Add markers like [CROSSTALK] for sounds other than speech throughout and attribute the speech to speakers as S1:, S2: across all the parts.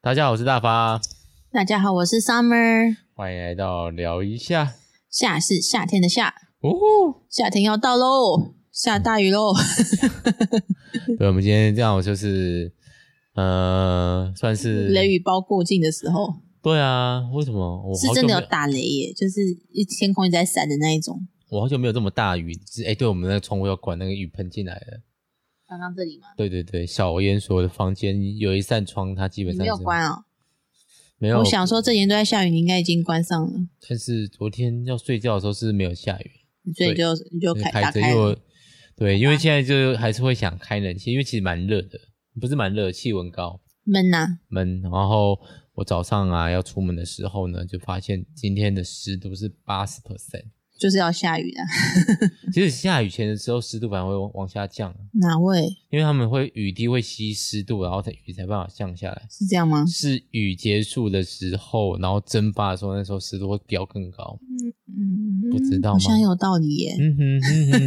S1: 大家好，我是大发，
S2: 大家好，我是 Summer，
S1: 欢迎来到聊一下
S2: 夏是夏天的夏，
S1: 哦。
S2: 夏天要到喽，下大雨喽。
S1: 对，我们今天这样就是，呃，算是
S2: 雷雨包过境的时候，
S1: 对啊，为什么我
S2: 是
S1: 好久
S2: 真的
S1: 没
S2: 有打雷耶，就是一天空一直在闪的那一种。
S1: 我好久没有这么大雨，是哎，对我们那个窗户要关，那个雨喷进来了。
S2: 刚刚这里吗？
S1: 对对对，小燕所的房间有一扇窗，它基本
S2: 你
S1: 上
S2: 没有
S1: 是
S2: 关啊、
S1: 没有。
S2: 我想说，这几天都在下雨，你应该已经关上了，
S1: 但是昨天要睡觉的时候是没有下雨，
S2: 所以就你就
S1: 所以
S2: 开
S1: 开
S2: 打
S1: 着，
S2: 开
S1: 因为我
S2: 了。
S1: 对，因为现在就还是会想开冷气，因为其实蛮热的，不是蛮热，气温高。
S2: 闷呐、
S1: 闷。然后我早上啊要出门的时候呢，就发现今天的湿度是八十 percent。
S2: 就是要下雨啦。
S1: 其实下雨前的时候，湿度反而会往往下降，
S2: 哪位
S1: 因为他们会雨滴会吸湿度，然后才雨才办法降下来。
S2: 是这样吗？
S1: 是雨结束的时候，然后蒸发的时候，那时候湿度会飙更高。
S2: 嗯，
S1: 不知道吗
S2: 好像有道理耶。
S1: 嗯哼嗯
S2: [LAUGHS]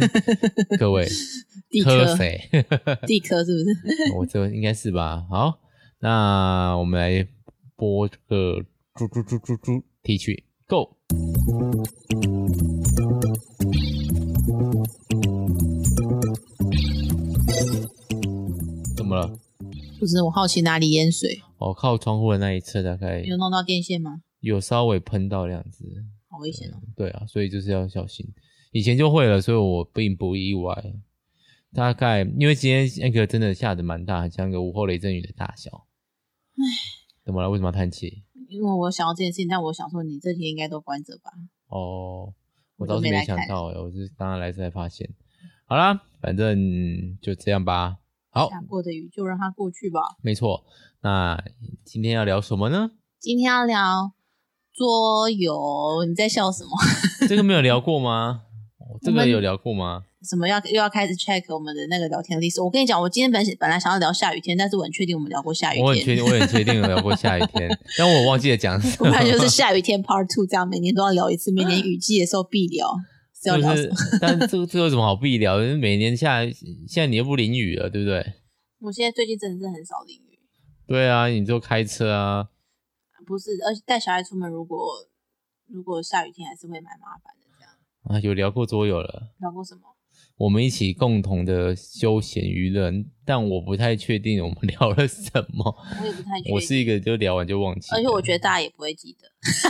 S1: 哼，各位，
S2: 地
S1: 科
S2: 科，
S1: 谁？
S2: 地科是不是？
S1: [LAUGHS] 我这应该是吧。好，那我们来播这个猪猪猪猪猪提取 Go。怎么了？
S2: 不是，我好奇哪里淹水，
S1: 我、靠窗户的那一侧大概
S2: 有弄到电线吗？
S1: 有稍微喷到两只，
S2: 好危险哦！
S1: 对啊，所以就是要小心。以前就会了，所以我并不意外。大概因为今天那个真的下的蛮大，很像个午后雷阵雨的大小。怎么了？为什么要叹气？
S2: 因为我想到这件事情，但我想说你这天应该都关着吧？
S1: 哦，我
S2: 我
S1: 倒
S2: 都
S1: 是
S2: 没
S1: 没
S2: 来
S1: 想
S2: 看
S1: 到欸，我是刚刚来才发现。好啦，反正就这样吧。好，
S2: 下过的雨就让它过去吧。
S1: 没错。那今天要聊什么呢？
S2: 今天要聊桌游，你在笑什么？ [LAUGHS]
S1: 这个没有聊过吗？哦这
S2: 我
S1: 个
S2: 们
S1: 有聊过吗？
S2: 什么要又要开始 check 我们的那个聊天历史？我跟你讲，我今天本本来想要聊下雨天，但是我很确定我们聊过下雨
S1: 我很确
S2: 天，
S1: 定，我很确定有聊过下雨天，但我忘记了讲什
S2: [LAUGHS] 不
S1: 么。
S2: 然就是下雨天 Part Two，这样每年都要聊一次，每年雨季的时候必聊。是要
S1: 就
S2: 聊什
S1: 是
S2: 么？，
S1: 但这个这个有什么好必聊？因为每年下现在你又不淋雨了，对不对？
S2: 我现在最近真的是很少淋雨，
S1: 对啊，你就开车啊，
S2: 不是，而且带小孩出门，如果如果下雨天还是会蛮麻烦的。这样
S1: 啊，有聊过桌游了。
S2: 聊过什么？
S1: 我们一起共同的休闲娱乐，但我不太确定我们 [LAUGHS] 聊了什么。
S2: 我也不太确定。
S1: 我是一个就聊完就忘记了，
S2: 而且我觉得大家也不会记得， [LAUGHS]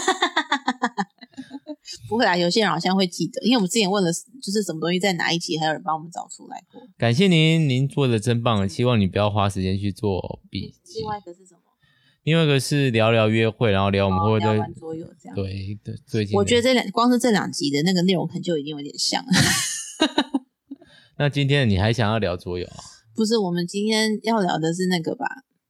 S2: 不会啦，有些人好像会记得，因为我们之前问了，就是什么东西在哪一集，还有人帮我们找出来过。
S1: 感谢您，您做的真棒，希望你不要花时间去做笔记
S2: 嗯另。外一个是什么？
S1: 另外一个是聊聊约会，然后聊我们会不会
S2: 哦
S1: 在
S2: 聊完桌游这样。
S1: 对对最近的，
S2: 我觉得这两光是这两集的那个内容，可能就已经有点像了。
S1: 那今天你还想要聊桌游啊
S2: 不是，我们今天要聊的是那个吧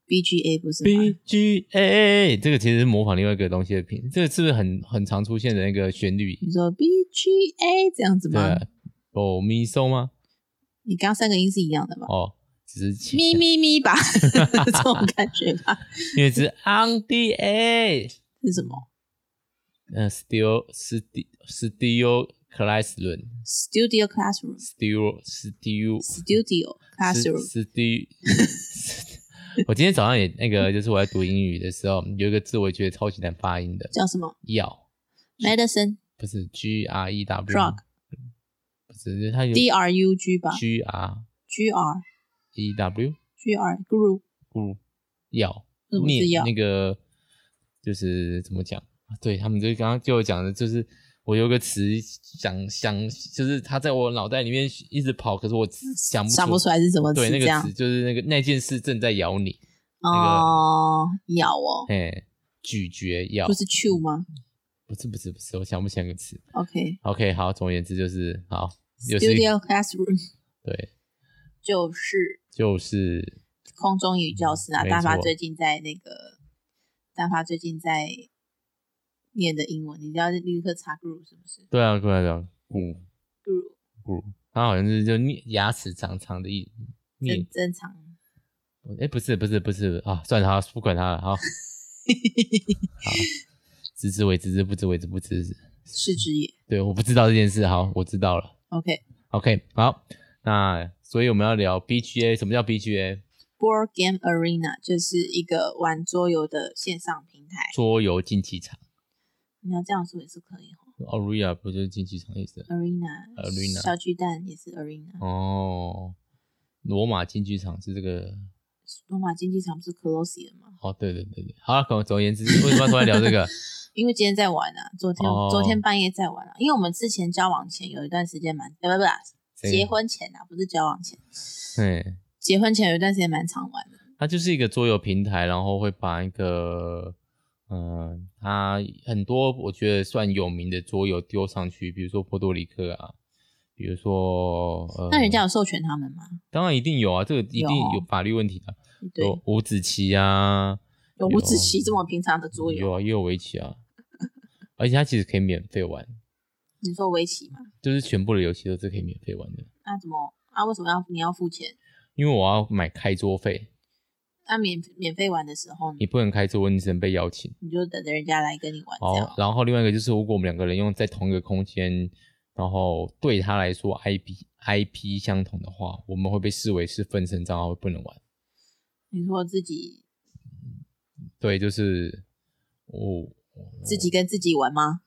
S2: ？BGA 不是吗？
S1: ？B G A A 这个其实是模仿另外一个东西的品，这个是不是很很常出现的那个旋律？
S2: 你说 BGA 这样子
S1: 对
S2: 吗
S1: 啊，？哦，咪嗦吗？
S2: 你刚刚三个音是一样的吧？
S1: 哦，只是
S2: 咪咪
S1: [LAUGHS]
S2: 咪吧，这种感觉吧？
S1: 因为是 on the air。
S2: 是什么
S1: 呃 s t e l s t s t e l classroom
S2: ？Studio Classroom。
S1: s t e l s t e l
S2: Studio Classroom，
S1: s t e [LAUGHS] 我今天早上也那个，就是我在读英语的时候，有一个字我觉得超级难发音的，
S2: 叫什么
S1: 药
S2: ？Medicine
S1: 不是 G R E W，
S2: Drug
S1: 不是就是它有
S2: D R U G 吧
S1: G R
S2: ？G R
S1: E W
S2: G R Guru
S1: 不，E 药
S2: 什么嗯是
S1: 念
S2: 药
S1: 那个就是怎么讲？啊对他们就刚刚就讲的，就是我有个词想想，就是它在我脑袋里面一直跑，可是我想不
S2: 嗯想不出来是什么
S1: 对，
S2: 词
S1: 那
S2: 这
S1: 个
S2: 样
S1: 词就是那个那件事正在咬你，
S2: 哦，咬哦，
S1: 哎，咀嚼咬，
S2: 不是 chew 吗
S1: 不是不是不是，我想不起来那个词。
S2: ？OK，Studio
S1: OK，好，总而言之就是好，就是一
S2: Classroom
S1: 对，
S2: 就是
S1: 就是
S2: 空中语教室啊。
S1: 嗯没
S2: 大发
S1: 错
S2: 最近在那个，大发最近在念的英文，你知道立刻查 Guru 是不是
S1: 对啊，过来讲骨
S2: ？Guru
S1: 骨，它好像是就颞牙齿长长的意颞
S2: 正正常，
S1: 哎，不是，不是，不是啊，算了，好，不管他了，
S2: [LAUGHS]
S1: 好，好，知之为知之，不知为知不知。
S2: 是之也。
S1: 对，我不知道这件事，好，我知道了。
S2: OK，
S1: OK，好，那所以我们要聊 BGA，什么叫 BGA？
S2: Board Game Arena 就是一个玩桌游的线上平台。
S1: 桌游竞技场
S2: 你要这样说也是可以哦。
S1: ，Aria 不就是竞技场意思？
S2: Arena
S1: Arena
S2: 小巨蛋也是 Arena。
S1: 哦，罗马竞技场是这个。
S2: 罗马竞技场不是 Colosseum 吗？
S1: 哦，对对对对，好了，总总而言之，为什么要突然聊这个？
S2: 因为今天在玩啊，昨天、
S1: 哦
S2: 昨天半夜在玩啊，因为我们之前交往前有一段时间蛮，呃不不啦，
S1: 这个
S2: [LAUGHS] 结婚前啊，不是交往前，
S1: 对，
S2: 结婚前有一段时间蛮常玩的。
S1: 它就是一个桌游平台，然后会把一个，嗯、它很多我觉得算有名的桌游丢上去，比如说波多黎各啊，比如说，呃、
S2: 那人家有授权他们吗？
S1: 当然一定有啊，这个一定
S2: 有哦
S1: 有法律问题的，
S2: 对，
S1: 有五子棋啊，
S2: 有五子棋这么平常的桌
S1: 有
S2: 游，
S1: 啊，也有围棋
S2: [LAUGHS]
S1: 啊，而且它其实可以免费玩，
S2: 你说围棋吗？
S1: 就是全部的游戏都是可以免费玩的，
S2: 那怎么啊？为什么要你要付钱？
S1: 因为我要买开桌费，
S2: 那免免费玩的时候呢
S1: 你，不能开桌，你只能被邀请。
S2: 你就等着人家来跟你玩这
S1: 好，
S2: 样。
S1: 哦然后另外一个就是，如果我们两个人用在同一个空间，然后对他来说 IP IP 相同的话，我们会被视为是分身账号，不能玩。
S2: 你说自己
S1: 对，就是我
S2: 自
S1: 哦
S2: 己跟自己玩吗？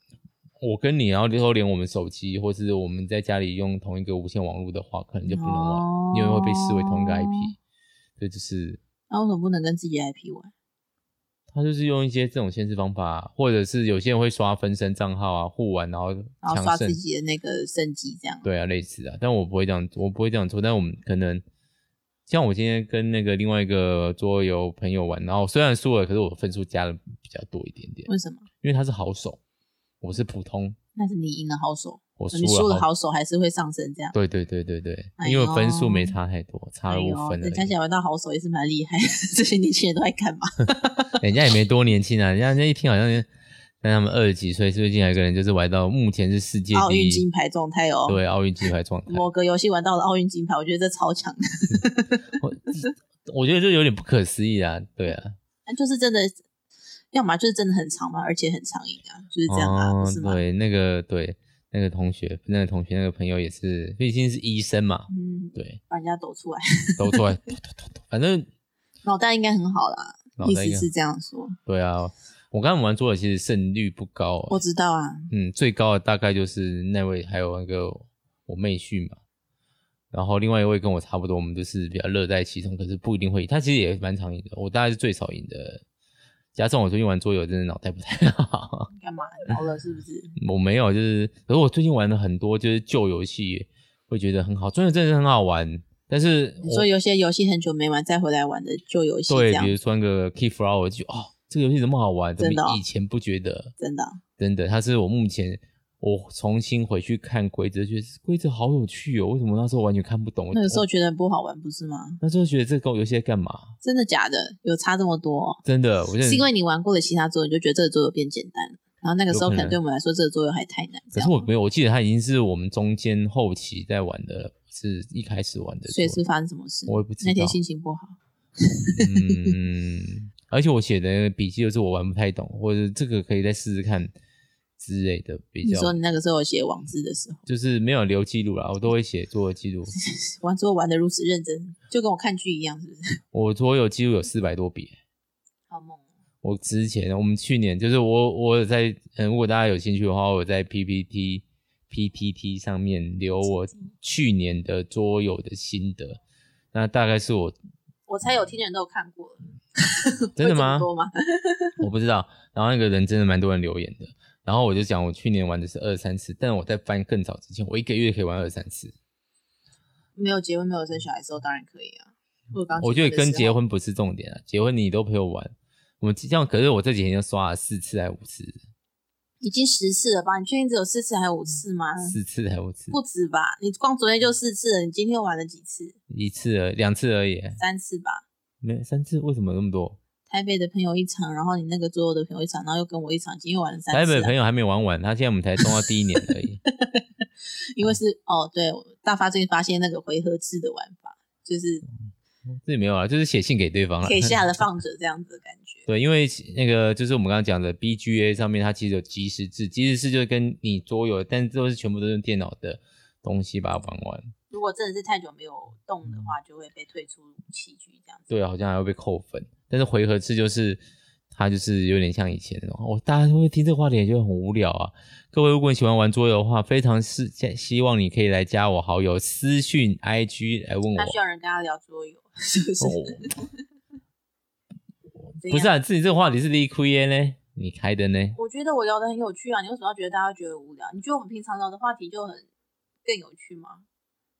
S1: 我跟你，然后都连我们手机，或是我们在家里用同一个无线网络的话，可能就不能玩，
S2: 哦
S1: 因为会被视为同一个 IP。这就是
S2: 那为什么不能跟自己 IP 玩？
S1: 他就是用一些这种限制方法，或者是有些人会刷分身账号啊，互玩，然后
S2: 然后
S1: 强
S2: 刷
S1: 盛
S2: 自己的那个升级这样？
S1: 对啊，类似啊，但我不会这样，我不会这样做。但我们可能像我今天跟那个另外一个桌游朋友玩，然后虽然输了，可是我分数加的比较多一点点，
S2: 为什么？
S1: 因为他是好手，我是普通，
S2: 那是你赢了好手，
S1: 我
S2: 哦你输
S1: 输
S2: 了
S1: 了
S2: 好手还是会上升这样。
S1: 对对对对对，
S2: 哎呦
S1: 因为分数没差太多，差了
S2: 哎
S1: 五
S2: 呦，
S1: 分而
S2: 人家
S1: 已。
S2: 想玩到好手也是蛮厉害的， [LAUGHS] 这些年轻人都在
S1: [LAUGHS]
S2: 干嘛？
S1: 人家也没多年轻啊，人家那一听好像，但他们二十几岁，最近还有一个人就是玩到目前是世界
S2: 奥
S1: 第
S2: 运
S1: 一，
S2: 金牌状态哦，
S1: 对，奥运金牌
S2: [LAUGHS]
S1: 状态。
S2: 某个游戏玩到了奥运金牌，我觉得这超强的，
S1: 我我觉得就有点不可思议啊，对啊，
S2: 那就是真的，要么就是真的很长嘛，而且很常赢啊，就是这样啊，
S1: 哦、
S2: 不是吗？
S1: 对，那个对那个同学，那个同学那个朋友也是，毕竟是医生嘛，
S2: 嗯，
S1: 对，
S2: 把人家抖出来， [LAUGHS]
S1: 都出来 [LAUGHS] 抖抖抖抖，反正
S2: 脑袋应该很好啦，
S1: 脑
S2: 意
S1: 袋应
S2: 思
S1: 该
S2: 是这样说，
S1: 对啊。我刚刚玩桌游其实胜率不高、
S2: 我知道啊，
S1: 嗯，最高的大概就是那位还有那个我妹婿嘛，然后另外一位跟我差不多，我们就是比较乐在其中，可是不一定会赢。他其实也蛮常赢的，我大概是最少赢的。加上我最近玩桌游真的脑袋不太好，
S2: 你干嘛聊了是不是？
S1: 我没有，就是可是我最近玩了很多就是旧游戏，会觉得很好，真的真的很好玩。但是
S2: 你
S1: 我
S2: 说有些游戏很久没玩，再回来玩的旧游戏这
S1: 对，
S2: 样
S1: 比，如说那个 Key Flower 就哦，这个游戏怎么好玩？怎
S2: 真的
S1: 么
S2: 哦
S1: 以前不觉得？
S2: 真的
S1: 真的，它是我目前我重新回去看规则，觉得规则好有趣哦。为什么那时候完全看不懂？我
S2: 那个时候
S1: 我
S2: 觉得不好玩，不是吗？
S1: 那时候觉得这个游戏在干嘛？
S2: 真的假的？有差这么多哦、
S1: 真的，我真的
S2: 是因为你玩过的其他桌游，你就觉得这个桌游变简单了，然后那个时
S1: 有
S2: 候
S1: 可
S2: 可
S1: 能
S2: 能对我们来说，这个桌游还太难，
S1: 可
S2: 这样
S1: 是我没有，我记得它已经是我们中间后期在玩的了，不是一开始玩的。
S2: 所以是发生什么事？
S1: 我也不知道
S2: 那天心情不好，
S1: 嗯，而且我写的笔记就是我玩不太懂，或者这个可以再试试看之类的，比
S2: 你
S1: 较
S2: 说你那个时候有写网志的时候，
S1: 就是没有留记录啦，我都会写做记
S2: [LAUGHS]
S1: 录。
S2: 玩桌游玩的如此认真，就跟我看剧一样，是不是？ [LAUGHS]
S1: 我所有记录有四百多笔。
S2: 好哦梦。
S1: 我之前我们去年就是我我有在，嗯，如果大家有兴趣的话，我有在 PPT PPT 上面留我去年的桌游的心得，那大概是我
S2: 我猜有听的人都有看过了，
S1: 真的吗
S2: [LAUGHS] 会这么多吗？ [LAUGHS]
S1: 我不知道。然后那个人真的蛮多人留言的。然后我就讲，我去年玩的是二三次，但我在翻更早之前，我一个月可以玩二三次。
S2: 没有结婚、没有生小孩的时候，当然可以啊。我刚
S1: 我觉得跟结
S2: 婚
S1: 婚不是重点啊，结婚你都陪我玩，我这样可是我这几天就刷了四次还五次，
S2: 已经十次了吧？你确定只有四次还五次吗？
S1: 嗯四次还五次，
S2: 嗯不止吧？你光昨天就四次了，你今天玩了几次？
S1: 一次而两次而已，
S2: 三次吧？
S1: 没三次为什么那么多？
S2: 台北的朋友一场，然后你那个桌游的朋友一场，然后又跟我一场，今天玩了三
S1: 台
S2: 次、啊。
S1: 北的朋友还没玩完，他现在我们才冲到第一年而
S2: [LAUGHS]
S1: 已。
S2: 因为是哦，对，大发最近发现那个回合制的玩法，
S1: [LAUGHS]
S2: 就是
S1: 这没有啊，就是写信给对方了
S2: 可。以下了放着这样子的感觉。
S1: 对，因为那个就是我们刚刚讲的 BGA 上面，它其实有即时制，即时制就是跟你桌游，但都是全部都是用电脑的东西把它玩完。
S2: 如如果真的是太久没有动的话，就会被退出棋局这样子。
S1: 对啊，好像还会被扣分。但是回合制就是它就是有点像以前那种，我、大家会不会听这个话题也就很无聊啊。各位，如果你喜欢玩桌游的话，非常是希希望你可以来加我好友，私讯 IG 来问我
S2: 他。需要人跟他聊桌游，是不是？
S1: 哦
S2: 怎样
S1: 不是啊，自己这个话题是你开的呢，你开的呢？
S2: 我觉得我聊得很有趣啊，你为什么要觉得大家觉得无聊？你觉得我们平常聊的话题就很更有趣吗？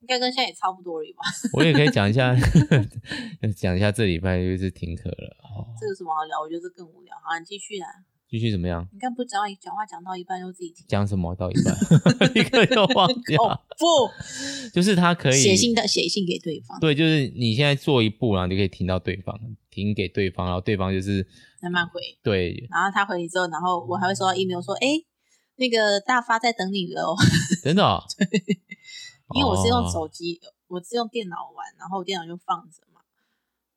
S2: 应该跟现在也差不多了吧？
S1: 我也可以讲一下， [LAUGHS] 讲一下这礼拜又是停课了，哦
S2: 这有什么好聊？我觉得这更无聊。好，你继续啊！
S1: 继续怎么样？
S2: 你看不讲话，讲话讲到一半就自己
S1: [LAUGHS]
S2: 停。
S1: 讲什么到一半，立刻就忘
S2: 哦 [LAUGHS]
S1: 掉，
S2: 不，
S1: 就是他啊可以
S2: 写信的写信给对方，
S1: 对，就是你现在做一步，然后你就可以停到对方，停给对方，然后对方就是
S2: 慢慢回。
S1: 对，
S2: 然后他回你之后，然后我还会收到 email 说，哎，那个大发在等你了哦，
S1: 真的哦
S2: [LAUGHS]
S1: 哦、
S2: 因为我是用
S1: 哦
S2: 手机，我是用电脑玩，然后我电脑就放着嘛。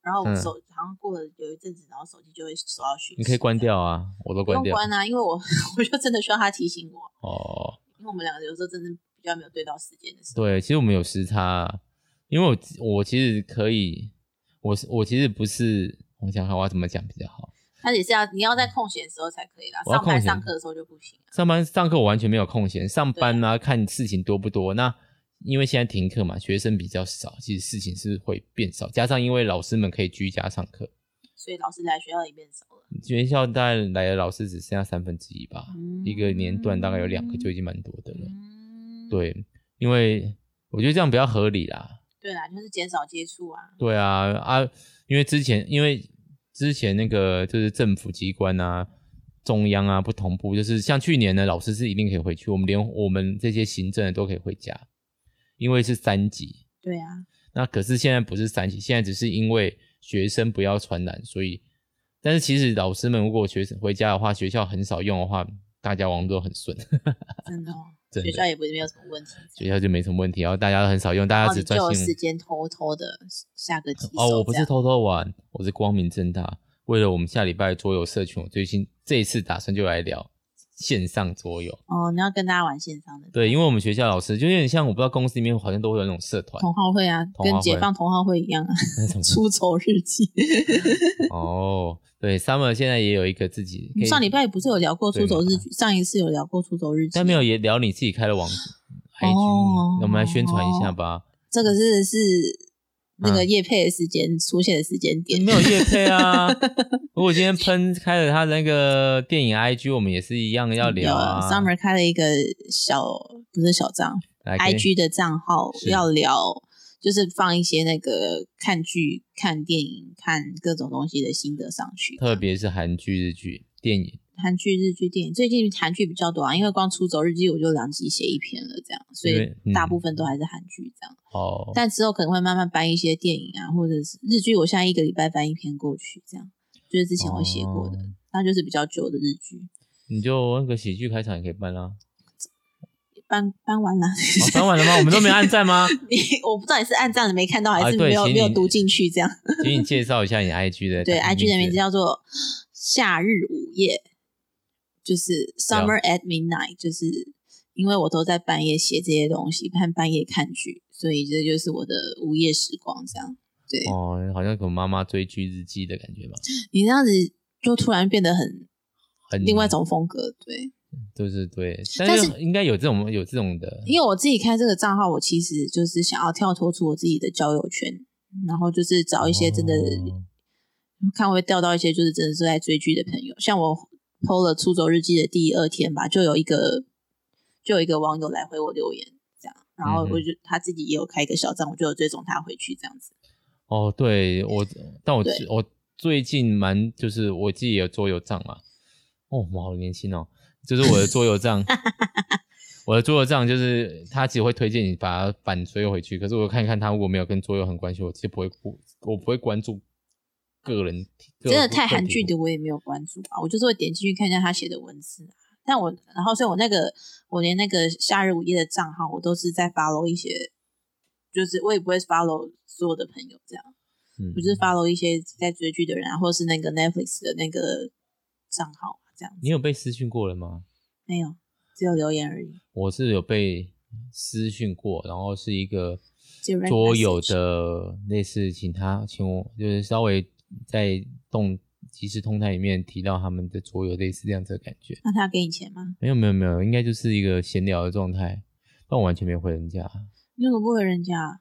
S2: 然后我
S1: 嗯
S2: 手、好像过了有一阵子，然后手机就会收到讯息。
S1: 你可以关掉啊，我都
S2: 不
S1: 关
S2: 用
S1: 掉
S2: 关啊，因为我 [LAUGHS] 我就真的需要他提醒我，
S1: 哦。
S2: 因为我们两个有时候真的比较没有对到时间的时候。
S1: 对，其实我们有时差啊，因为我我其实可以，我是我其实不是，我想看我要怎么讲比较好。
S2: 他也是要你要在空闲的时候才可以啦，
S1: 我要
S2: [LAUGHS] 上班
S1: 空闲
S2: 上课的时候就不行啊。
S1: 上班上课我完全没有空闲，上班啊看事情多不多。那因为现在停课嘛，学生比较少，其实事情是会变少，加上因为老师们可以居家上课，
S2: 所以老师来学校也变少了。
S1: 学校大概来的老师只剩下三分之一吧，一个年段大概有两个就已经蛮多的了。
S2: 嗯，
S1: 对，因为我觉得这样比较合理啦。
S2: 对啦，就是减少接触啊。
S1: 对啊啊，因为之前因为之前那个就是政府机关啊、中央啊不同步，就是像去年呢，老师是一定可以回去，我们连我们这些行政的都可以回家，因为是三级。
S2: 对啊，
S1: 那可是现在不是三级，现在只是因为学生不要传染，所以但是其实老师们如果学生回家的话，学校很少用的话，大家网络都很顺， [LAUGHS]
S2: 真的哦，
S1: 真的
S2: 学校也不是没有什么问题。
S1: 学校就没什么问题，然后大家都很少用，大
S2: 然
S1: 家
S2: 后
S1: 只
S2: 哦你就
S1: 专
S2: 有
S1: 心
S2: 时间偷偷的下个几
S1: 哦，
S2: 手
S1: 我不
S2: 这
S1: 是
S2: 样
S1: 偷偷玩，我是光明正大。为了我们下礼拜桌游社群，我最近这一次打算就来聊线上桌游。
S2: 哦，你要跟大家玩线上的
S1: 对，因为我们学校老师就有点像，我不知道公司里面好像都会有那种社团，
S2: 同好会啊，
S1: 同好
S2: 跟
S1: 会
S2: 解放同好会一样啊，
S1: 那种
S2: [LAUGHS] 出丑日记。
S1: 哦，对，Summer 现在也有一个自己可以，
S2: 嗯上礼拜不是有聊过
S1: 对
S2: 出走
S1: 嘛
S2: 日记，上一次有聊过出走日记，
S1: 但没有也聊你自己开的网址 IG，、
S2: 哦
S1: 我们来宣传一下吧。
S2: 这个是是那个
S1: 嗯
S2: 叶配的时间、出现的时间点，
S1: 没有叶配
S2: [LAUGHS]
S1: 啊，如果今天喷开了他的那个电影 IG，我们也是一样要聊啊。
S2: Summer 开了一个小不是小账
S1: 来跟
S2: IG 的账号，
S1: 是
S2: 要聊就是放一些那个看剧、看电影、看各种东西的心得上去。啊
S1: 特别是韩剧、日剧、电影。
S2: 韩剧、日剧、电影，最近韩剧比较多啊，因为光《出走日记》我就两集写一篇了，这样，所
S1: 因
S2: 以
S1: 为嗯
S2: 大部分都还是韩剧这样。
S1: 哦，
S2: 但之后可能会慢慢搬一些电影啊，或者是日剧，我现在一个礼拜搬一篇过去，这样就是之前我写过的，
S1: 哦
S2: 那就是比较久的日剧，
S1: 你就那个喜剧开场也可以办啊
S2: [LAUGHS]
S1: 啦、
S2: 搬搬完了。
S1: 哦搬完了吗？我们都没按赞吗？
S2: 你我不知道你是按这样的没看到， [LAUGHS] 还
S1: 啊
S2: 是
S1: 对
S2: 没有、
S1: 请
S2: 没有
S1: 你
S2: 读进去这样。
S1: [LAUGHS] 请你介绍一下你 IG 的
S2: 对，IG 的名字
S1: 字
S2: 叫做夏日午夜，就是 Summer at Midnight，就是因为我都在半夜写这些东西，看半夜看剧，所以这就是我的午夜时光。这样，对、
S1: 哦，好像我妈妈追剧日记的感觉吧，
S2: 你这样子就突然变得很
S1: 很
S2: 另外一，种风格。对，
S1: 就是对，
S2: 但
S1: 但
S2: 是
S1: 是应该有这种有这种的，
S2: 因为我自己开这个账号，我其实就是想要跳脱出我自己的交友圈，然后就是找一些真的、
S1: 哦
S2: 看会钓到一些就是真的是在追剧的朋友。像我 PO 了《出走日记》的第二天吧，就有一个就有一个网友来回我留言，这样，然
S1: 嗯
S2: 后
S1: 哼
S2: 我就、他自己也有开一个小账，我就有追踪他回去这样子。
S1: 哦，对我，但我
S2: 对
S1: 最我最近蛮就是我自己有桌游账嘛，哦，我好年轻哦，就是我的桌游
S2: [LAUGHS]
S1: 账。我的桌游账就是他只会推荐你把它反追回去，可是我看看他如果没有跟桌游很关系，我就不会顾，我不会关注个人。个
S2: 真的太韩剧的
S1: 个
S2: 我也没有关注啊，我就是会点进去看一下他写的文字啊。但我然后所以我那个我连那个夏日午夜的账号，我都是在 follow 一些，就是我也不会 follow 所有的朋友这样。
S1: 体户，嗯
S2: 我就是 follow 一些在追剧的人啊，或者是那个 Netflix 的那个账号啊，这样子
S1: 你有被私讯过了吗？
S2: 没有，只有留言而已。
S1: 我是有被，私讯过，然后是一个
S2: Direct
S1: 桌游的类似，请他请我就是稍微在动即时通态里面提到他们的桌游类似这样子的感觉。
S2: 那他给你钱吗？
S1: 没有没有没有，应该就是一个闲聊的状态，但我完全没回人家。
S2: 你怎么不回人家？啊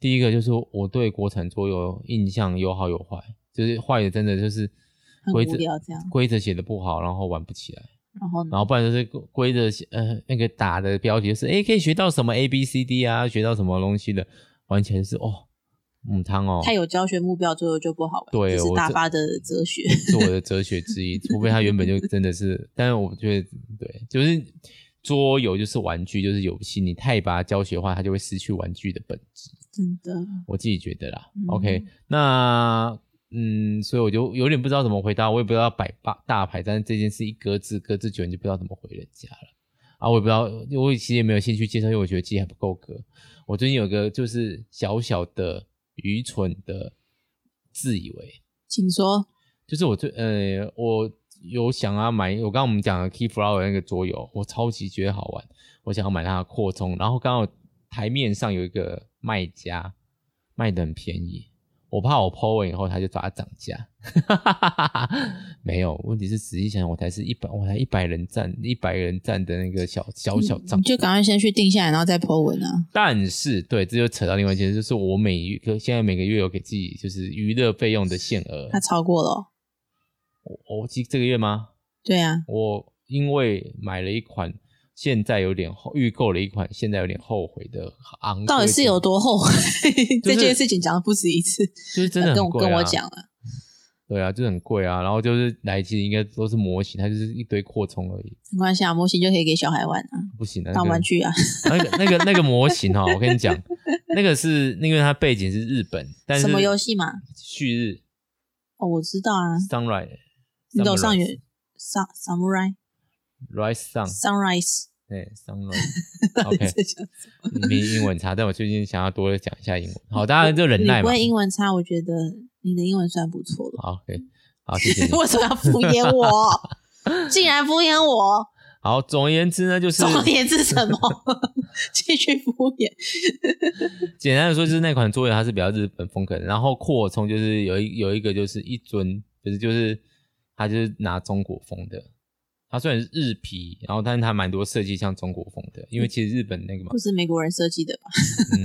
S1: 第一个就是我对国产桌游印象有好有坏，就是坏的真的就是
S2: 很
S1: 规则
S2: 无聊这样嗯
S1: 规则写的不好，然后玩不起来。
S2: 然后呢
S1: 然？后不然就是规着呃那个打的标题就是诶可以学到什么 A B C D 啊，学到什么东西的，完全是哦，母汤哦，
S2: 他有教学目标，最后就不好玩。
S1: 对
S2: 这是
S1: 我
S2: 大
S1: 这
S2: 发的
S1: [LAUGHS]
S2: 哲学。
S1: 是我的哲学之一，除非他原本就真的是，但是我觉得对，就是桌游就是玩具就是游戏，你太把它教学化，它就会失去玩具的本质，
S2: 真的，
S1: 我自己觉得啦。
S2: 嗯
S1: OK，那嗯，所以我就有点不知道怎么回答，我也不知道摆大大牌，但是这件事一搁置搁置久，你就不知道怎么回人家了。啊，我也不知道，我其实也没有兴趣介绍，因为我觉得自己还不够格。我最近有个就是小小的愚蠢的自以为，
S2: 请说。
S1: 就是我最呃，我有想要买，我刚刚我们讲的 Key Flower 那个桌游，我超级觉得好玩，我想要买它的扩充。然后刚好台面上有一个卖家卖的很便宜，我怕我 PO 完以后它就把它涨价。 [LAUGHS] 没有，问题是仔细想想，我才是一百，我才一百人站，一百人站的那个小小小账
S2: 嗯你就赶快先去定下来，然后再 po 文啊。
S1: 但是，对，这就扯到另外一件事，就是我每一个现在每个月有给自己就是娱乐费用的限额
S2: 他。超过了哦、
S1: 我我记这个月吗？
S2: 对啊，
S1: 我因为买了一款，现在有点后预购了一款，现在有点后悔的昂贵。
S2: 到底是有？多 [LAUGHS] 后悔？
S1: 就是
S2: 这件事情讲的不止一次，
S1: 就是 [LAUGHS] 真的
S2: 跟
S1: 很
S2: 我
S1: 贵、啊、
S2: 跟我讲了，
S1: 对啊，就是很贵啊。然后就是来其实应该都是模型，它就是一堆扩充而已，
S2: 没关系啊，模型就可以给小孩玩啊，
S1: 不行啊。
S2: 当玩具啊，
S1: 那个那个那个那个模型哦，我跟你讲，那个是因为它背景是日本，但是
S2: 什么游戏嘛？
S1: 旭日
S2: 哦，我知道啊，
S1: Sunrise，
S2: 你懂
S1: Sunrise
S2: 上元上
S1: 嗯
S2: samurai
S1: Rise Sun，
S2: sunrise，
S1: 对
S2: [LAUGHS]
S1: Sunrise。OK，你英文差，但我最近想要多讲一下英文。
S2: [LAUGHS]
S1: 好，大家就忍耐
S2: 你不
S1: 嘛。
S2: 会英文差，我觉得你的英文算不错了。
S1: 好，OK，好，谢
S2: [LAUGHS]
S1: 谢你。
S2: 为什么要敷衍我？竟然敷衍我！
S1: 好，总而言之呢，就是
S2: [LAUGHS] 重点是什么？继续敷衍。
S1: 简单的说，就是那款桌游它是比较日本风格的，然后扩充就是有一有一个就是一尊，就是就是它就是拿中国风的，它虽然是日皮，然后但是它蛮多设计像中国风的，因为其实日本那个嘛
S2: [LAUGHS] 不，是美国人设计的吧？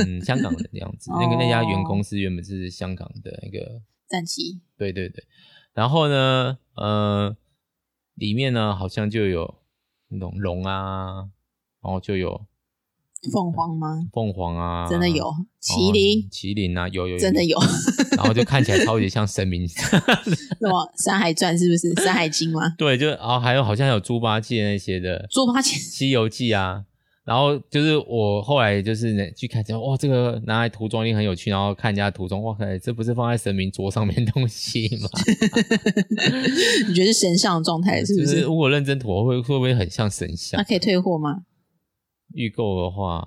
S1: 嗯，香港人的样子，那个那家原公司原本是香港的那个
S2: 战旗
S1: 对对对，然后呢，呃，里面呢好像就有那种龙啊，然后就有
S2: 凤凰吗？
S1: 凤凰啊，
S2: 真的有麒麟
S1: 哦，麒麟啊，有有
S2: 真的有
S1: [LAUGHS] 然后就看起来超级像神明。
S2: [LAUGHS] 什么《山海传》是
S1: [LAUGHS]
S2: 不是《山海经》吗？
S1: 对，就然后、还有好像有猪八戒那些的《
S2: 猪八戒
S1: 西游记》啊，然后就是我后来就是呢去看，哇，这个拿来涂装一定很有趣，然后看人家涂装，哇塞，这不是放在神明桌上面的东
S2: [LAUGHS]
S1: 西吗？
S2: 你觉得是神像的状态是啊不？
S1: 就是如果认真涂，会会不会很像神
S2: 那
S1: 像？
S2: 可以退货吗？
S1: 预购的话，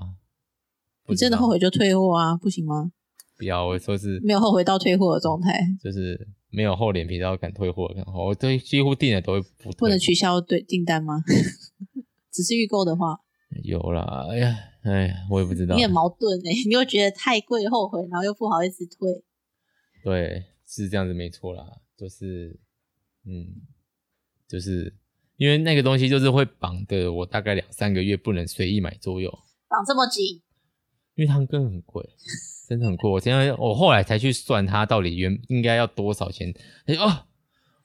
S1: 不
S2: 你
S1: 知
S2: 真的
S1: 道
S2: 后悔就退货啊，不行吗？
S1: 不要，我说是
S2: 没有后悔到退货的状态，
S1: 就是没有厚脸皮到敢退货的，然后我对几乎订了都会不退。
S2: 不能取消对订单吗？ [LAUGHS] 只是预购的话，
S1: 有啦，哎呀，哎呀，我也不知道
S2: 你。很矛盾哎、你又觉得太贵后悔，然后又不好意思退，
S1: 对，是这样子没错啦，就是，嗯，就是因为那个东西就是会绑的，我大概两三个月不能随意买桌游，
S2: 绑这么紧，
S1: 因为它更很贵，真的很贵。我现在我后来才去算它到底原应该要多少钱，哎哦，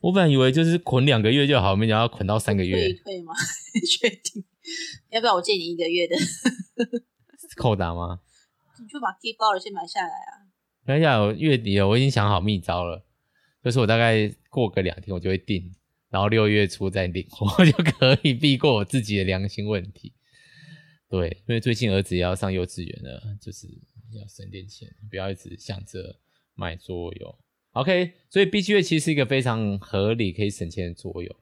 S1: 我本来以为就是捆两个月就好，没想到捆到三个
S2: 可以
S1: 月，
S2: 退吗？ [LAUGHS] 确定？要不要我借你一个月的？
S1: 扣打吗？
S2: 你就把 key 包了先买下来啊。 [LAUGHS]
S1: 等一下，我月底了，我已经想好密招了，就是我大概过个两天我就会定，然后六月初再领，我就可以避过我自己的良心问题。对，因为最近儿子也要上幼稚园了，就是要省点钱，不要一直想着买桌游。OK，所以 B G 月其实是一个非常合理可以省钱的桌游，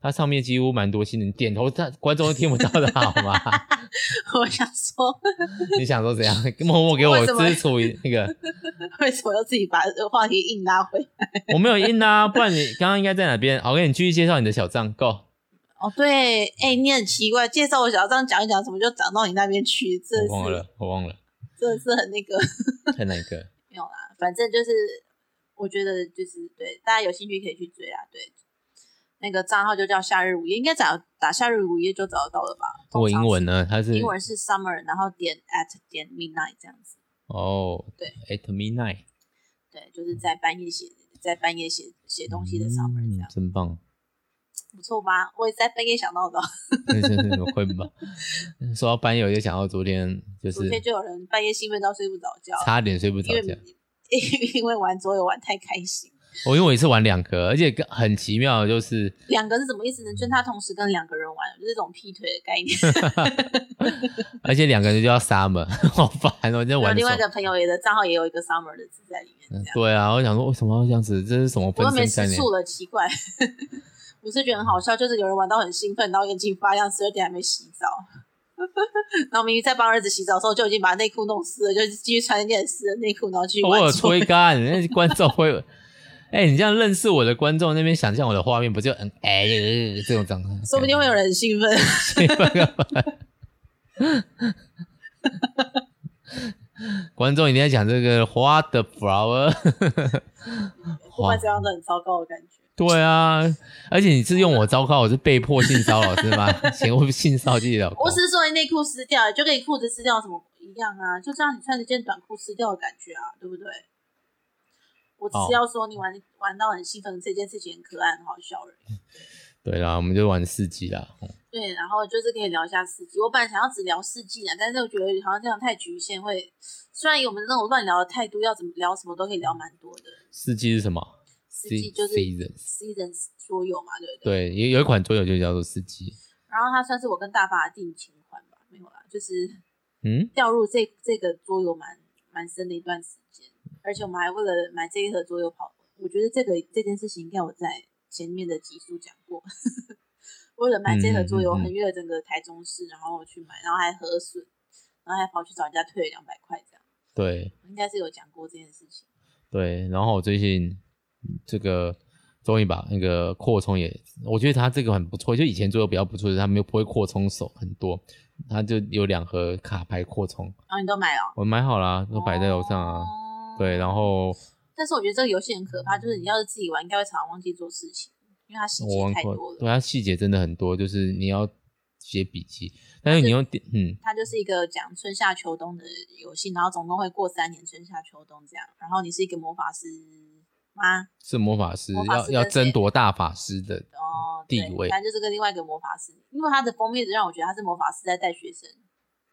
S1: 它上面几乎蛮多新人点头，但观众都听不到的好吗？ [LAUGHS]
S2: 我想说，
S1: 你想说怎样？默默给我
S2: 为什么
S1: 支出一那个。
S2: 为什么要自己把话题硬拉回？ [LAUGHS]
S1: 我没有印啊，不然你刚刚应该在哪边？好我给你继续介绍你的小账，Go。
S2: 哦，对，哎、你很奇怪，介绍我小这样讲一讲，怎么就讲到你那边去？这
S1: 我
S2: 是
S1: 忘了，我忘了，
S2: 这是很那个，
S1: 太那个。
S2: 没有啦，反正就是我觉得就是对，大家有兴趣可以去追啊，对。那个账号就叫夏日午夜，应该打打夏日午夜就找得到了吧？
S1: 我英文
S2: 呢？
S1: 呢？它是
S2: 英文是 summer，然后点 at 点 midnight 这样子。
S1: 哦，
S2: 对
S1: ，at midnight
S2: 对，就是在半夜写，在半夜写写东西的 summer 这
S1: 嗯
S2: 样，，
S1: 真棒，
S2: 不错吧？我也是在半夜想到的哦。
S1: 那真是很会吧？ [LAUGHS] 说到半夜，我就想到昨天，就
S2: 昨
S1: 是
S2: 天就有人半夜兴奋到睡不着觉，
S1: 差点睡不着
S2: 因为
S1: 觉。
S2: [LAUGHS] 因为玩桌游玩太开心。
S1: 我因为我一次玩两个，而且更很奇妙，的就是
S2: 两个是什么意思呢？就是他同时跟两个人玩，就是这种劈腿的
S1: [LAUGHS]
S2: 概念。
S1: 而且两个人就要杀门， [LAUGHS] 好烦哦！真的
S2: 然后
S1: 玩
S2: 啊另外一
S1: 爽
S2: 个朋友也的账号也有一个 summer 的字在里面，
S1: 嗯
S2: 这样。
S1: 对啊，我想说为什么要这样子？这是什么
S2: 我
S1: 分
S2: 都没
S1: 身概
S2: 吃
S1: 念
S2: 醋？了，
S1: [LAUGHS]
S2: 奇怪。我是觉得很好笑，就是有人玩到很兴奋，然后眼睛发亮，十二点还没洗澡。 [LAUGHS] 然后明明在帮儿子洗澡的时候就已经把内裤弄湿了，就继续穿一件湿的内裤，
S1: [LAUGHS]
S2: 然后继续
S1: 偶
S2: 玩
S1: 尔
S2: 桌
S1: 吹
S2: 游。
S1: 干， [LAUGHS] 那观众会，哎、你这样认识我的观众那边想象我的画面，不就嗯哎、这种长相，
S2: [LAUGHS] 说不定会有人很
S1: [LAUGHS]
S2: 兴奋，
S1: 哎观众一定在讲这个花的
S2: [LAUGHS]
S1: flower，
S2: 不管怎样都很糟糕的感觉。
S1: 对啊，而且你是用我糟糕，我是被迫性骚扰是
S2: [LAUGHS]
S1: 吗？请勿性骚扰自己的老公
S2: 我只是说你内裤湿掉，就跟你裤子湿掉有什么一样啊，就像你穿着件短裤湿掉的感觉啊，对不对？我只
S1: 哦
S2: 是要说你玩、玩到很兴奋这件事情很可爱很好笑而已。
S1: 对啦，我们就玩四季啦。
S2: 对，然后就是可以聊一下四季。我本来想要只聊四季啊，但是我觉得好像这样太局限，会虽然有我们那种乱聊的态度，要怎么聊什么都可以聊蛮多的。
S1: 四季是什么？
S2: 四季就是
S1: Seasons
S2: seasons 桌游嘛，对不对？对。
S1: 对，有有一款桌游就叫做四季。
S2: 然后它算是我跟大发的定情款吧，没有啦，就是
S1: 嗯，
S2: 掉入这这个桌游蛮蛮深的一段时间，而且我们还为了买这一盒桌游跑，我觉得这个这件事情应该我在前面的集数讲过。 [LAUGHS] 为了买这盒桌游，
S1: 嗯嗯嗯
S2: 横越了整个台中市，然后去买，然后还核损，然后还跑去找人家退了两百块，这样
S1: 对
S2: 应该是有讲过这件事情。
S1: 对。然后我最近这个终于把那个扩充也，我觉得它这个很不错。就以前做的比较不错的，它没有不会扩充手很多，它就有两盒卡牌扩充，
S2: 然后你都买了哦，
S1: 我买好啦，都摆在楼上啊。
S2: 哦
S1: 对，然后
S2: 但是我觉得这个游戏很可怕，就是你要是自己玩，应该会常常忘记做事情，因为它细
S1: 我
S2: 节
S1: 玩
S2: 太
S1: 过
S2: 多，了
S1: 对。它细节真的很多，就是你要写笔记，但
S2: 啊
S1: 是你用电嗯，
S2: 它就是一个讲春夏秋冬的游戏，然后总共会过三年春夏秋冬这样。然后你是一个魔法师吗？
S1: 是魔法师
S2: 魔法
S1: 要
S2: 师
S1: 要
S2: 跟
S1: 争
S2: 谁
S1: 夺大法师的
S2: 哦，对
S1: 地位
S2: 反正就是跟另外一个魔法师，因为它的封面让我觉得他是魔法师在带学生，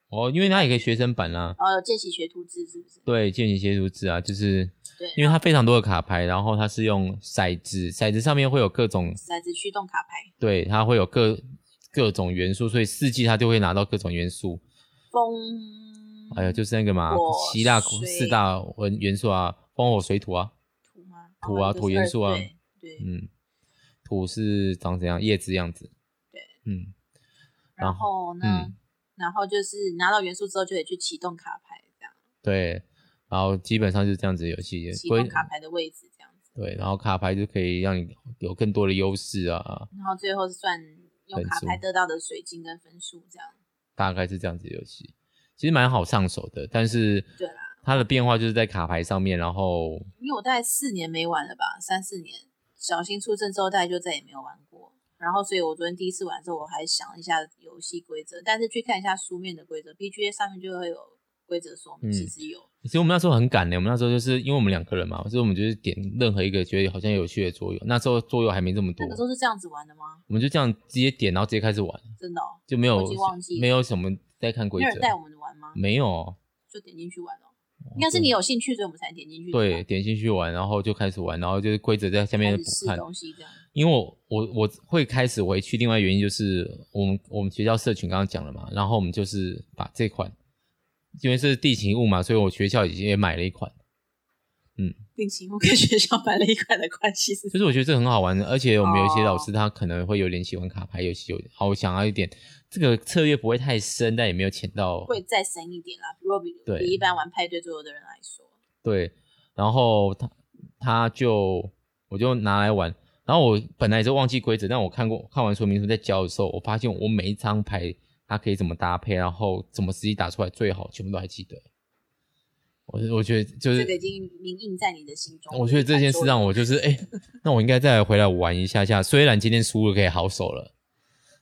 S1: 哦，因为它也可以学生版啦、
S2: 然后有见习学徒制是不是？
S1: 对，见习学徒制啊，就是
S2: 对
S1: 因为它非常多的卡牌，然后它是用骰子，骰子上面会有各种，
S2: 骰子驱动卡牌，
S1: 对，它会有各各种元素，所以四季它就会拿到各种元素。
S2: 风，
S1: 还有哎就是那个嘛
S2: 火，
S1: 希腊
S2: 水
S1: 四大文元素啊，风火水土啊，
S2: 土吗？
S1: 土啊
S2: 哦就是
S1: 土元素啊
S2: 二对对，
S1: 嗯，土是长怎样，叶子样子。
S2: 对，
S1: 嗯，
S2: 然后呢，
S1: 嗯
S2: 然后就是拿到元素之后就得去启动卡牌，这样
S1: 对，然后基本上就是这样子的游戏，也
S2: 启
S1: 不会
S2: 动卡牌的位置这样子，
S1: 对，然后卡牌就可以让你有更多的优势啊，
S2: 然后最后是算用
S1: 分
S2: 卡
S1: 数
S2: 牌得到的水晶跟分数这样。
S1: 大概是这样子的游戏，其实蛮好上手的，但是
S2: 对啊啦
S1: 它的变化就是在卡牌上面，然后
S2: 因为我大概四年没玩了吧，三四年。小新出生之后，大概就再也没有玩过。然后，所以我昨天第一次玩的时候，我还想了一下游戏规则，但是去看一下书面的规则，BGA 上面就会有规则说明，
S1: 嗯
S2: 其实有。
S1: 其实我们那时候很赶的，我们那时候就是因为我们两个人嘛，所以我们就是点任何一个觉得好像有趣的桌游，那时候桌游还没这么多
S2: 那个，时候是这样子玩的吗？
S1: 我们就这样直接点，然后直接开始玩，
S2: 真的哦，
S1: 就没有
S2: 我已经忘记
S1: 没有什么在看规
S2: 没有人带
S1: 则，嗯
S2: 我们玩吗？
S1: 没有，
S2: 就点进去玩哦。应该是你有兴趣，所以我们才点进去。
S1: 对，
S2: 吧，
S1: 点进去玩，然后就开始玩，然后就是规则在下面
S2: 开
S1: 补
S2: 始试
S1: 看，
S2: 东西这样。
S1: 因为我我我会开始回去，另外原因就是我们我们学校社群刚刚讲了嘛，然后我们就是把这款，因为是地勤物嘛，所以我学校已经也买了一款，
S2: 并且我跟学校买了一款的关
S1: [LAUGHS]
S2: 系是
S1: 就是我觉得这很好玩的，而且我们有一些
S2: 哦
S1: 老师他可能会有点喜欢卡牌游戏，有好我想要一点这个策略不会太深，但也没有浅到
S2: 会再深一点啦，如果比
S1: 对
S2: 比一般玩派对桌游的人来说，
S1: 对，然后他他就我就拿来玩，然后我本来也是忘记规则，但我看过看完说明书在教的时候，我发现我每一张牌它可以怎么搭配，然后怎么实际打出来最好，全部都还记得。我我觉得就是
S2: 这个已经铭印在你的心中。
S1: 我觉得这件事让我就是，哎、 [LAUGHS] 那我应该再回来玩一下下。虽然今天输了可以好手了，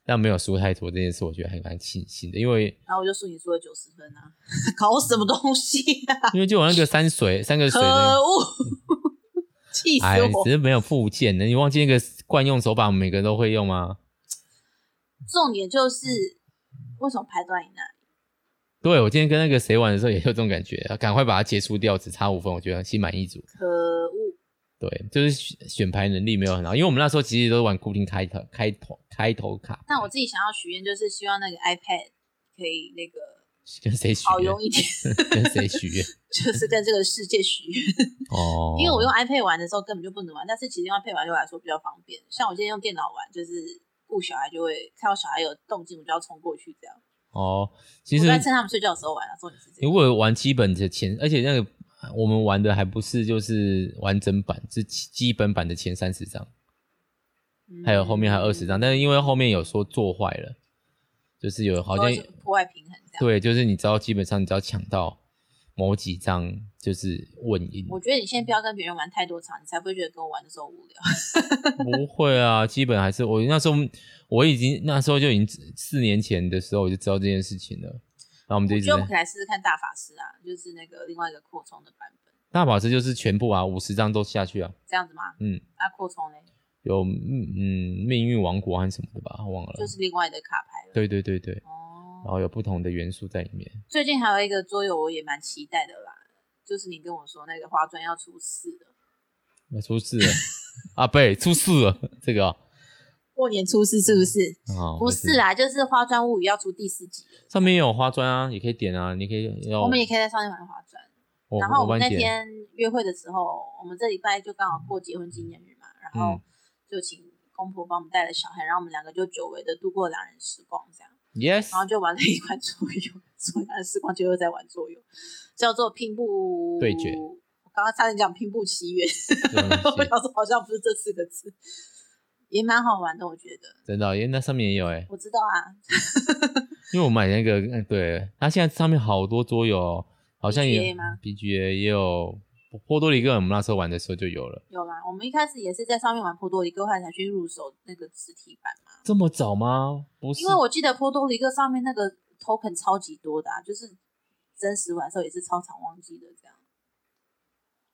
S1: 但没有输太多这件事，我觉得还蛮庆幸的。因为
S2: 然后我就说你输了九十分啊， [LAUGHS] 搞什么东西啊？
S1: 因为就我那个三水三个水
S2: 可 [LAUGHS]
S1: 的，
S2: 恶，气死
S1: 哎，
S2: 我
S1: 只！是没有附件的。你忘记那个惯用手法，每个人都会用吗？
S2: 重点就是为什么排断你那里？
S1: 对我今天跟那个谁玩的时候也有这种感觉，赶快把它结束掉，只差五分，我觉得心满意足。
S2: 可恶！
S1: 对，就是选选牌能力没有很好，因为我们那时候其实都是玩固定开头、开头、开头卡。
S2: 但我自己想要许愿，就是希望那个 iPad 可以那个
S1: 跟谁许
S2: 好
S1: 愿？
S2: 用一点， [LAUGHS]
S1: 跟谁许愿？
S2: 就是跟这个世界许愿。
S1: 哦，
S2: 因为我用 iPad 玩的时候根本就不能玩，但是其实用 iPad 玩对我来说比较方便。像我今天用电脑玩，就是顾小孩就会看到小孩有动静，我就要冲过去这样。
S1: 哦，其
S2: 我
S1: 实
S2: 在趁他们睡觉的时候玩啊，重点是这
S1: 如
S2: 样。
S1: 果玩基本的前，而且那个我们玩的还不是就是完整版，是基基本版的前三十张，
S2: 嗯
S1: 还有后面还有二十张，但是因为后面有说做坏了，就是有好像
S2: 都是破坏平衡这样。
S1: 对，就是你知道基本上你只要抢到某几张就是稳赢，
S2: 我觉得你先不要跟别人玩太多场，你才不会觉得跟我玩的时候无聊。
S1: 不会啊，基本还是我那时候我已经那时候就已经四年前的时候我就知道这件事情了，然后我们就
S2: 我
S1: 一直
S2: 觉得我
S1: 在
S2: 们可以来试试看大法师啊，就是那个另外一个扩充的版本，
S1: 大法师就是全部啊五十张都下去啊，
S2: 这样子吗？
S1: 嗯。
S2: 那扩充嘞，
S1: 有嗯嗯命运王国还是什么的吧，忘了。
S2: 就是另外的卡牌了。
S1: 对对对对，然
S2: 哦，
S1: 后有不同的元素在里面。
S2: 最近还有一个桌游我也蛮期待的啦，就是你跟我说那个花砖要出四了。
S1: 那出事了 [LAUGHS] 啊！对，出事了，这个啊、
S2: 过年初四是不是？
S1: 哦
S2: 不是，啦，就是《花砖物语》要出第四集了，
S1: 上面也有花砖啊，也可以点啊，你可以要
S2: 我们也可以在上面玩花砖。
S1: 我
S2: 然后我
S1: 我帮
S2: 们
S1: 你
S2: 那
S1: 点
S2: 天约会的时候，我们这礼拜就刚好过结婚纪念日嘛，然后
S1: 嗯
S2: 就请公婆帮我们带了小孩，然后我们两个就久违的度过两人时光，这样，
S1: yes
S2: 然后就玩了一款桌游，所以两人时光就又在玩桌游，叫做拼布
S1: 对决
S2: 我刚刚差点讲拼布奇缘， [LAUGHS]
S1: 这种东
S2: 我
S1: 西
S2: 想说好像不是这四个字，也蛮好玩的，我觉得。
S1: 真的哦，因为那上面也有哎、
S2: 我知道啊，
S1: 因为我买那个，嗯，对，它现在上面好多桌游哦，好像也
S2: BGA 吗
S1: BGA 也有波多黎各，我们那时候玩的时候就有了，
S2: 有啦，我们一开始也是在上面玩波多黎各，后来才去入手那个实体版嘛。
S1: 这么早吗？不是，
S2: 因为我记得波多黎各上面那个 token 超级多的、啊，就是真实玩的时候也是超常忘记的，这样、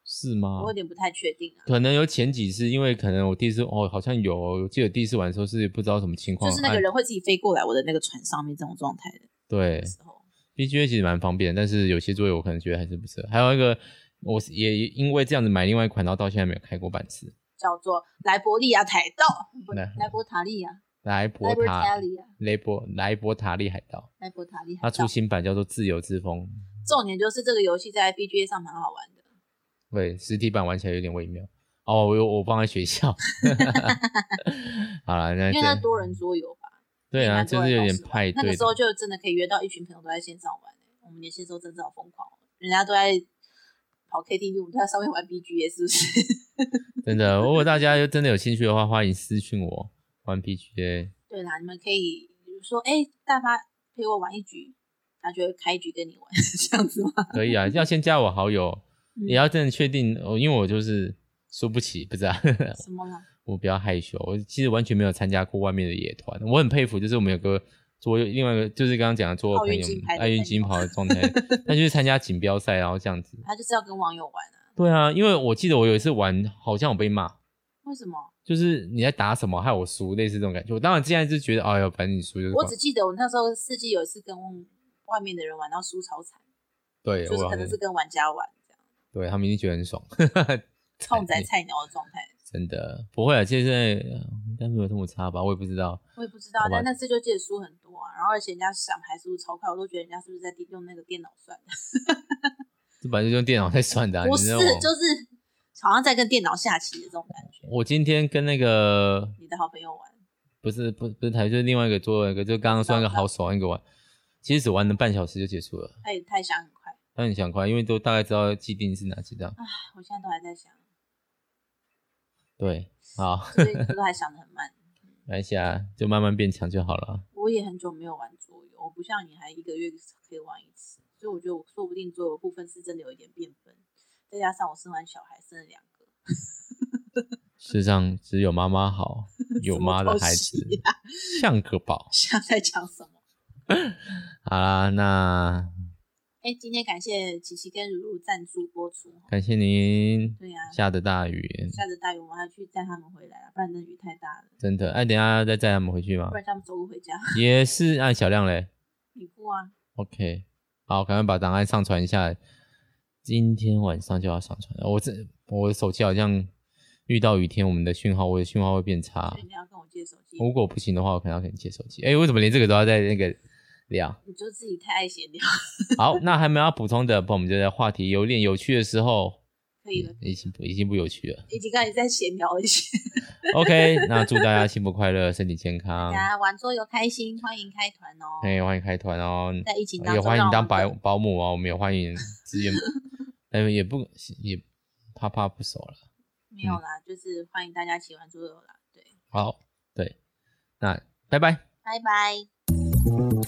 S1: 是吗？
S2: 我有点不太确定啊。
S1: 可能有前几次，因为可能我第一次哦，好像有哦，我记得第一次玩的时候是不知道什么情况，哎
S2: 就是那个
S1: 按
S2: 人会自己飞过来我的那个船上面这种状态的
S1: 对
S2: 时候，
S1: BGA 其实蛮方便，但是有些作业我可能觉得还是不适合。还有一个，我也因为这样子买另外一款，然后到现在没有开过半次。
S2: 叫做莱伯利亚海盗，不
S1: [LAUGHS] 莱
S2: 莱伯塔利亚，
S1: 莱
S2: 莱
S1: 博
S2: 伯塔
S1: 塔
S2: 利亚，
S1: 雷博莱博塔利海盗，
S2: 莱伯塔利海
S1: 它
S2: 盗
S1: 出。新版叫做《自由之风
S2: 重点就是这个游戏在 BGA 上蛮好玩的，》，
S1: 对，实体版玩起来有点微妙。哦，我有我放在学
S2: [LAUGHS]
S1: 校。 [LAUGHS] 好了，那
S2: 因为它是
S1: 这
S2: 多人桌游吧。
S1: 对啊，
S2: 蛮多
S1: 就
S2: 人
S1: 是有
S2: 都
S1: 点
S2: 玩
S1: 派对的。
S2: 那个时候就真的可以约到一群朋友都在线上玩、欸。我们年轻时候真的好疯狂哦，人家都在跑 KTV，我们都在上面玩 BGA，是不是？ [LAUGHS]
S1: 真的，如果大家有真的有兴趣的话，欢迎私讯我玩
S2: [LAUGHS]
S1: BGA。
S2: 对啦，你们可以比如说，哎、大发陪我玩一局，他就会开一局跟你玩， [LAUGHS] 这样子吗？
S1: 可以啊，要先加我好友，
S2: 嗯
S1: 也要真的确定哦，因为我就是输不起，不知道、
S2: 什么啦？
S1: 我比较害羞，我其实完全没有参加过外面的野团，我很佩服，就是我们有个桌游，另外一个就是刚刚讲的桌游
S2: 奥
S1: 朋
S2: 运
S1: 友
S2: 金牌，的
S1: 爱运金
S2: 朋
S1: 跑
S2: [LAUGHS]
S1: 的状态，他就是参加锦标赛，然后这样子。
S2: 他就是要跟网友玩啊？
S1: 对啊，因为我记得我有一次玩，好像我被骂，
S2: 为什么？
S1: 就是你在打什么害我输，类似这种感觉。我当然现在就觉得，哎呦，反正你输就是
S2: 我只记得我那时候四季有一次跟外面的人玩到输超惨，
S1: 对，
S2: 就是
S1: 我
S2: 可能是跟玩家玩这样，
S1: 对他们一定觉得很
S2: [LAUGHS]
S1: 爽。
S2: 冲在菜鸟的状态。
S1: 真的不会啊，现在呃应该没有这么差吧？我也不知道。
S2: 我也不知道
S1: 好，吧
S2: 但那次就借书很多啊，然后而且人家想排速度超快，我都觉得人家是不是在用那个电脑算的？
S1: 这本来就是用电脑在算的、啊，
S2: 不
S1: 你
S2: 是
S1: 知道吗，
S2: 就是好像在跟电脑下棋的这种感觉。
S1: 我今天跟那个
S2: 你的好朋友玩，
S1: 不是不不是台，就是另外一个做了一个，就刚刚算一个好手啊那个玩，其实只玩了半小时就结束了。
S2: 他也太想很快，
S1: 但很
S2: 啊
S1: 想快，因为都大概知道既定是哪几张。
S2: 我现在都还在想，
S1: 对，好，
S2: 所以都还想的很慢。
S1: 来下就慢慢变强就好了。
S2: 我也很久没有玩桌游，我不像你还一个月可以玩一次，所以我觉得我说不定桌游部分是真的有一点变分，再加上我生完小孩生了两个，
S1: 世上只有妈妈
S2: [LAUGHS]
S1: 好，有妈的孩子
S2: 什 [LAUGHS] 么东西啊
S1: 像个宝。
S2: 想在讲什么？
S1: 好啦，那
S2: 哎、今天感谢琪琪跟如如赞助播出哦，
S1: 感谢您
S2: 对啊呀、
S1: 下的大雨，
S2: 下着大雨我们还要去载他们回来啊，不然那雨太大了，
S1: 真的。哎、等一下再载他们回去嘛
S2: 不，然他们走路回家。 [LAUGHS]
S1: 也是按小亮嘞。
S2: 你哭啊？
S1: OK，好，赶快把档案上传一下，今天晚上就要上传。我这我的手机好像遇到雨天，我们的讯号，我的讯号会变差
S2: 所以。你要跟我借手机，
S1: 如果不行啊的话，我可能要跟你借手机。哎、为什么连这个都要在那个聊？
S2: 你就自己太爱闲聊， [LAUGHS]
S1: 好，那还没有要补充的，不然我们就在话题有点有趣的时候，
S2: 可以了，
S1: 已经不已经不有趣了。
S2: 已经开始在闲聊了一些。
S1: OK，那祝大家幸福快乐，身体健康
S2: 大。家玩桌游开心，欢迎开团哦。
S1: 哎、欢迎开团哦，
S2: 在疫情当
S1: 也
S2: 中，
S1: 欢
S2: 让
S1: 迎
S2: 我
S1: 当
S2: 们
S1: 保保姆哦，我们也欢迎资源， [LAUGHS] 但也不也怕怕不熟了。
S2: 没有
S1: 嗯
S2: 啦，就是欢迎大家一起玩桌游啦。对，
S1: 好，对，那拜拜。
S2: 拜拜。